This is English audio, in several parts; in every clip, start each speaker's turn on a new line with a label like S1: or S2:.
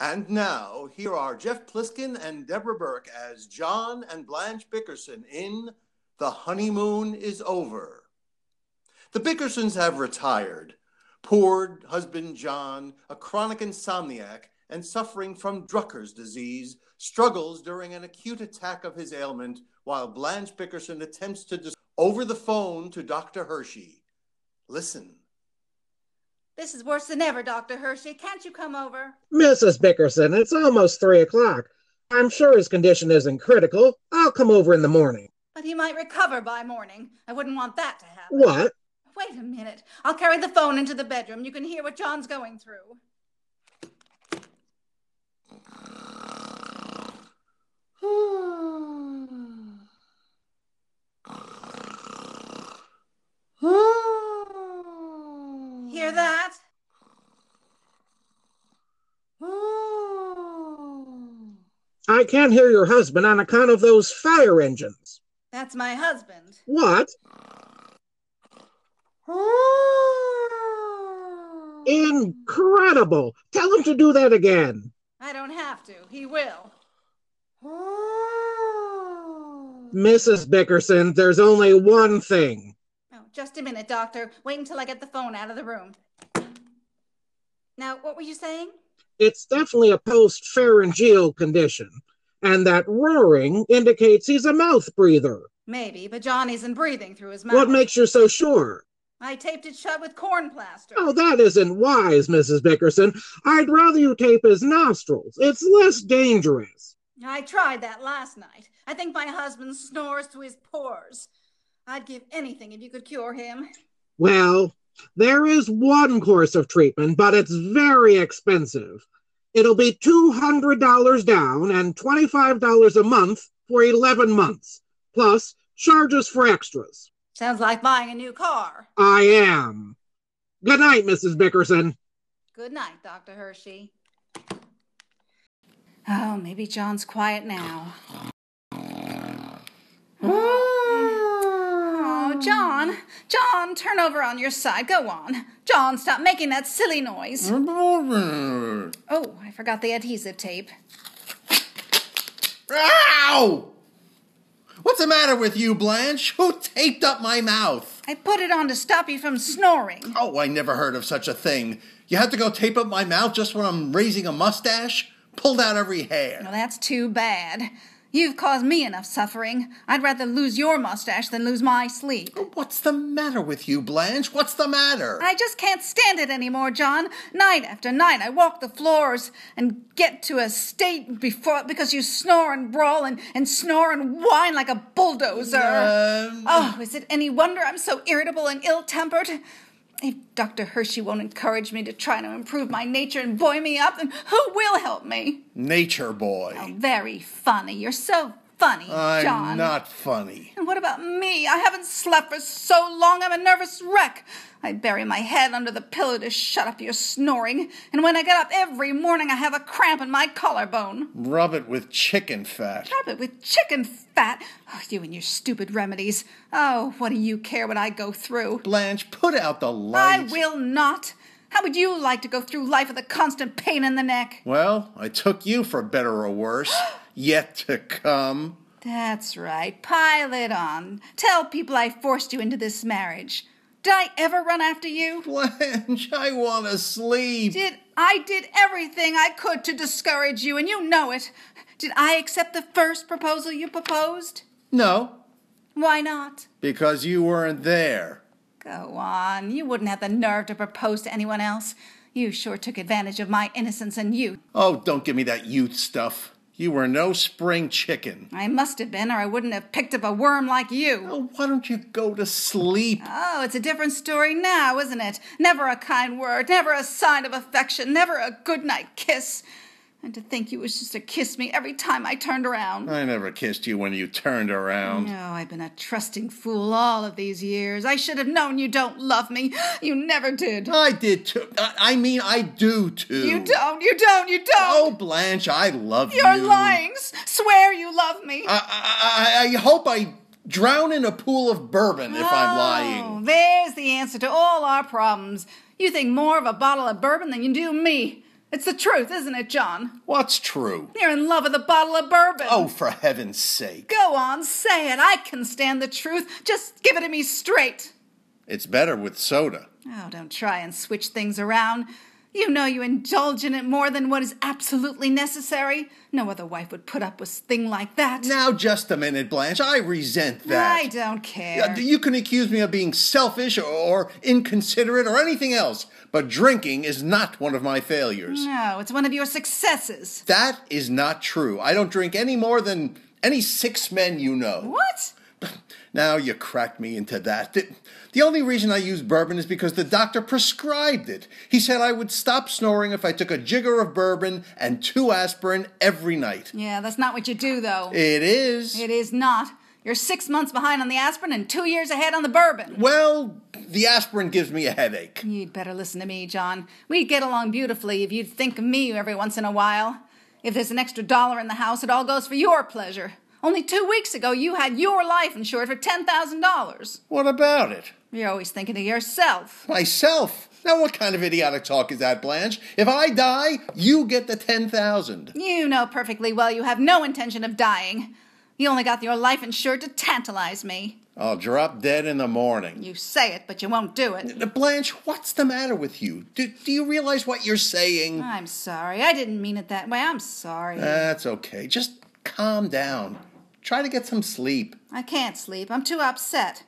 S1: And now, here are Jeff Pliskin and Deborah Burke as John and Blanche Bickerson in The Honeymoon is Over. The Bickersons have retired. Poor husband John, a chronic insomniac and suffering from Drucker's disease, struggles during an acute attack of his ailment while Blanche Bickerson attempts to dis- over the phone to Dr. Hershey. Listen.
S2: This is worse than ever, Dr. Hershey. Can't you come over?
S3: Mrs. Bickerson, it's almost three o'clock. I'm sure his condition isn't critical. I'll come over in the morning.
S2: But he might recover by morning. I wouldn't want that to happen.
S3: What?
S2: Wait a minute. I'll carry the phone into the bedroom. You can hear what John's going through. Hear that?
S3: I can't hear your husband on account of those fire engines.
S2: That's my husband.
S3: What? Incredible! Tell him to do that again.
S2: I don't have to. He will.
S3: Mrs. Bickerson, there's only one thing.
S2: Oh, just a minute, Doctor. Wait until I get the phone out of the room. Now, what were you saying?
S3: It's definitely a post pharyngeal condition, and that roaring indicates he's a mouth breather.
S2: Maybe, but John isn't breathing through his mouth.
S3: What makes you so sure?
S2: I taped it shut with corn plaster.
S3: Oh, that isn't wise, Mrs. Bickerson. I'd rather you tape his nostrils. It's less dangerous.
S2: I tried that last night. I think my husband snores through his pores. I'd give anything if you could cure him.
S3: Well, there is one course of treatment, but it's very expensive. It'll be $200 down and $25 a month for 11 months, plus charges for extras.
S2: Sounds like buying a new car.
S3: I am. Good night, Mrs. Bickerson.
S2: Good night, Dr. Hershey. Oh, maybe John's quiet now. Oh, John, John, turn over on your side. Go on. John, stop making that silly noise. Oh, I forgot the adhesive tape.
S4: Ow! What's the matter with you, Blanche? Who taped up my mouth?
S2: I put it on to stop you from snoring.
S4: Oh, I never heard of such a thing. You have to go tape up my mouth just when I'm raising a mustache? Pulled out every hair.
S2: Well, that's too bad. You've caused me enough suffering. I'd rather lose your mustache than lose my sleep.
S4: What's the matter with you, Blanche? What's the matter?
S2: I just can't stand it anymore, John. Night after night, I walk the floors and get to a state before because you snore and brawl and, and snore and whine like a bulldozer.
S4: Um,
S2: Oh, is it any wonder I'm so irritable and ill tempered? If Dr. Hershey won't encourage me to try to improve my nature and buoy me up, then who will help me?
S4: Nature boy.
S2: Very funny. You're so funny,
S4: I'm
S2: Oh, John.
S4: not funny.
S2: And what about me? I haven't slept for so long, I'm a nervous wreck. I bury my head under the pillow to shut up your snoring, and when I get up every morning, I have a cramp in my collarbone.
S4: Rub it with chicken fat.
S2: Rub it with chicken fat. Oh, you and your stupid remedies. Oh, what do you care what I go through?
S4: Blanche, put out the
S2: I
S4: light.
S2: will not. How would you like to go through life with a constant pain in the neck?
S4: Well, I took you for better or worse. Yet to come.
S2: That's right. Pile it on. Tell people I forced you into this marriage. Did I ever run after you?
S4: Blanche, I want to sleep.
S2: Did I did everything I could to discourage you, and you know it. Did I accept the first proposal you proposed?
S4: No,
S2: Why not?
S4: because you weren't there.
S2: Go on. You wouldn't have the nerve to propose to anyone else. You sure took advantage of my innocence and youth.
S4: Oh, don't give me that youth stuff. You were no spring chicken.
S2: I must have been, or I wouldn't have picked up a worm like you.
S4: Oh, why don't you go to sleep?
S2: Oh, it's a different story now, isn't it? Never a kind word, never a sign of affection, never a good night kiss. And to think you was just to kiss me every time I turned around.
S4: I never kissed you when you turned around.
S2: No, Oh, I've been a trusting fool all of these years. I should have known you don't love me. You never did.
S4: I did too. I, I mean, I do too.
S2: You don't, you don't, you
S4: Oh,
S2: don't.
S4: Blanche, I love you.
S2: You're lying. S- Swear you love me.
S4: I, I, I- I hope I drown in a pool of bourbon if I'm lying.
S2: Oh, there's the answer to all our problems. You think more of a bottle of bourbon than you do me. It's the truth, isn't it, John?
S4: What's true?
S2: You're in love with a bottle of bourbon.
S4: Oh, for heaven's sake.
S2: Go on, say it. I can stand the truth. Just give it to me straight.
S4: It's better with soda.
S2: Oh, don't try and switch things around. You know you indulge in it more than what is absolutely necessary. No other wife would put up with a thing like that.
S4: Now, just a minute, Blanche. I resent that.
S2: I don't care.
S4: Yeah, You can accuse me of being selfish or, or inconsiderate or anything else, but drinking is not one of my failures.
S2: No, it's one of your successes.
S4: That is not true. I don't drink any more than any six men you know.
S2: What?
S4: Now you cracked me into that. The, the only reason I use bourbon is because the doctor prescribed it. He said I would stop snoring if I took a jigger of bourbon and two aspirin every night.
S2: Yeah, that's not what you do, though.
S4: It is.
S2: It is not. You're six months behind on the aspirin and two years ahead on the bourbon.
S4: Well, the aspirin gives me a headache.
S2: You'd better listen to me, John. We'd get along beautifully if you'd think of me every once in a while. If there's an extra dollar in the house, it all goes for your pleasure. Only two weeks ago, you had your life insured for $10,000.
S4: What about it?
S2: You're always thinking of yourself.
S4: Myself. Now what kind of idiotic talk is that, Blanche? If I die, you get the 10,000.
S2: You know perfectly well you have no intention of dying. You only got your life insured to tantalize me.
S4: I'll drop dead in the morning.
S2: You say it, but you won't do it.
S4: Blanche, what's the matter with you? Do, do you realize what you're saying?
S2: I'm sorry. I didn't mean it that way. I'm sorry.
S4: That's okay. Just calm down. Try to get some sleep.
S2: I can't sleep. I'm too upset.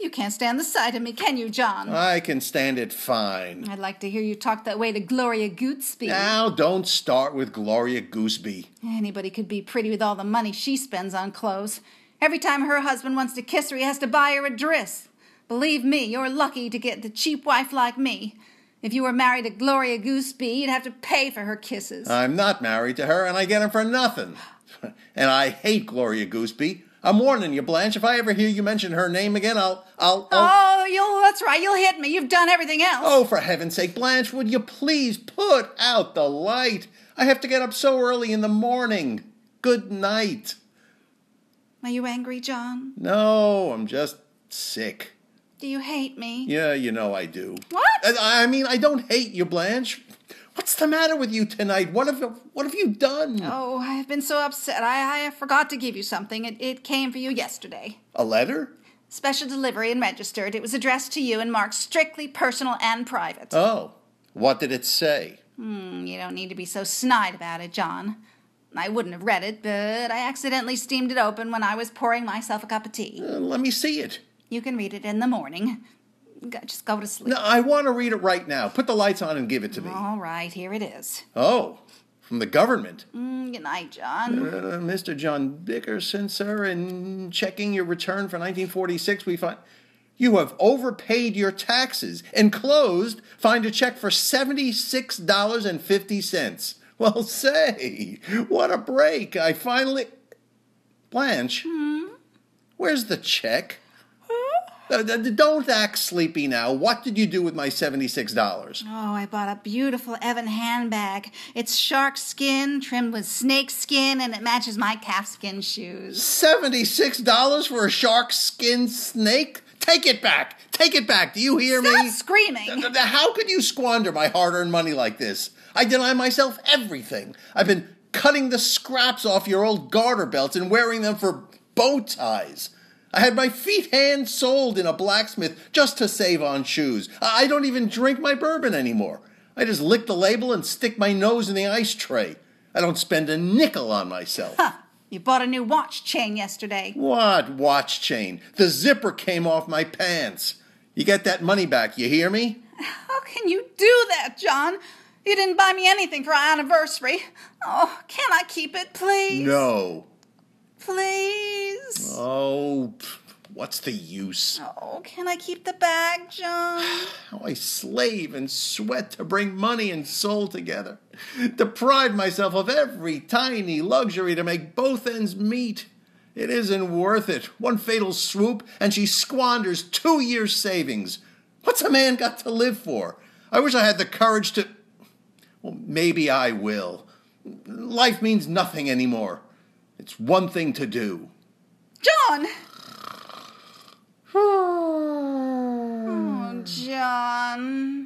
S2: You can't stand the sight of me, can you, John?
S4: I can stand it fine.
S2: I'd like to hear you talk that way to Gloria Gootsby.
S4: Now, don't start with Gloria Gooseby.
S2: Anybody could be pretty with all the money she spends on clothes. Every time her husband wants to kiss her, he has to buy her a dress. Believe me, you're lucky to get the cheap wife like me. If you were married to Gloria Gooseby, you'd have to pay for her kisses.
S4: I'm not married to her, and I get 'em for nothing. and I hate Gloria Gooseby. I'm warning you, Blanche. If I ever hear you mention her name again, I'll, I'll, I'll.
S2: oh, you'll, that's right, you'll hit me. You've done everything else.
S4: Oh, for heaven's sake, Blanche, would you please put out the light? I have to get up so early in the morning. Good night.
S2: Are you angry, John?
S4: No, I'm just sick.
S2: Do you hate me?
S4: Yeah, Uh, you know I do.
S2: What?
S4: And I I mean, I don't hate you, Blanche. What's the matter with you tonight? What have what have you done?
S2: Oh, I have been so upset. I, I forgot to give you something. It, it came for you yesterday.
S4: A letter?
S2: Special delivery and registered. It was addressed to you and marked strictly personal and private.
S4: Oh, what did it say?
S2: Hmm, you don't need to be so snide about it, John. I wouldn't have read it, but I accidentally steamed it open when I was pouring myself a cup of tea.
S4: Uh, let me see it.
S2: You can read it in the morning. Go- Just go to sleep.
S4: No, I want to read it right now. Put the lights on and give it to me.
S2: All right, here it is.
S4: Oh, from the government.
S2: Mm, Good night, John.
S4: Uh, Mr. John Dickerson, sir, in checking your return for 1946, we find you have overpaid your taxes. Enclosed, find a check for $76.50. Well, say, what a break. I finally. Blanche, where's the check? Uh, d- d- don't act sleepy now. What did you do with my $76?
S2: Oh, I bought a beautiful Evan handbag. It's shark skin trimmed with snake skin, and it matches my calfskin shoes.
S4: $76 for a shark skin snake? Take it back! Take it back! Do you hear
S2: Stop
S4: me?
S2: screaming!
S4: Th- th- How could you squander my hard earned money like this? I deny myself everything. I've been cutting the scraps off your old garter belts and wearing them for bow ties. I had my feet hand soled in a blacksmith just to save on shoes. I I don't even drink my bourbon anymore. I just lick the label and stick my nose in the ice tray. I don't spend a nickel on myself.
S2: You bought a new watch chain yesterday.
S4: What watch chain? The zipper came off my pants. You get that money back, you hear me?
S2: How can you do that, John? You didn't buy me anything for our anniversary. Oh, can I keep it, please?
S4: No.
S2: Please?
S4: Oh, pff, what's the use?
S2: Oh, can I keep the bag, John?
S4: How I slave and sweat to bring money and soul together, deprive myself of every tiny luxury to make both ends meet. It isn't worth it. One fatal swoop, and she squanders two years' savings. What's a man got to live for? I wish I had the courage to. Well, maybe I will. Life means nothing anymore. It's one thing to do.
S2: John! Oh, John.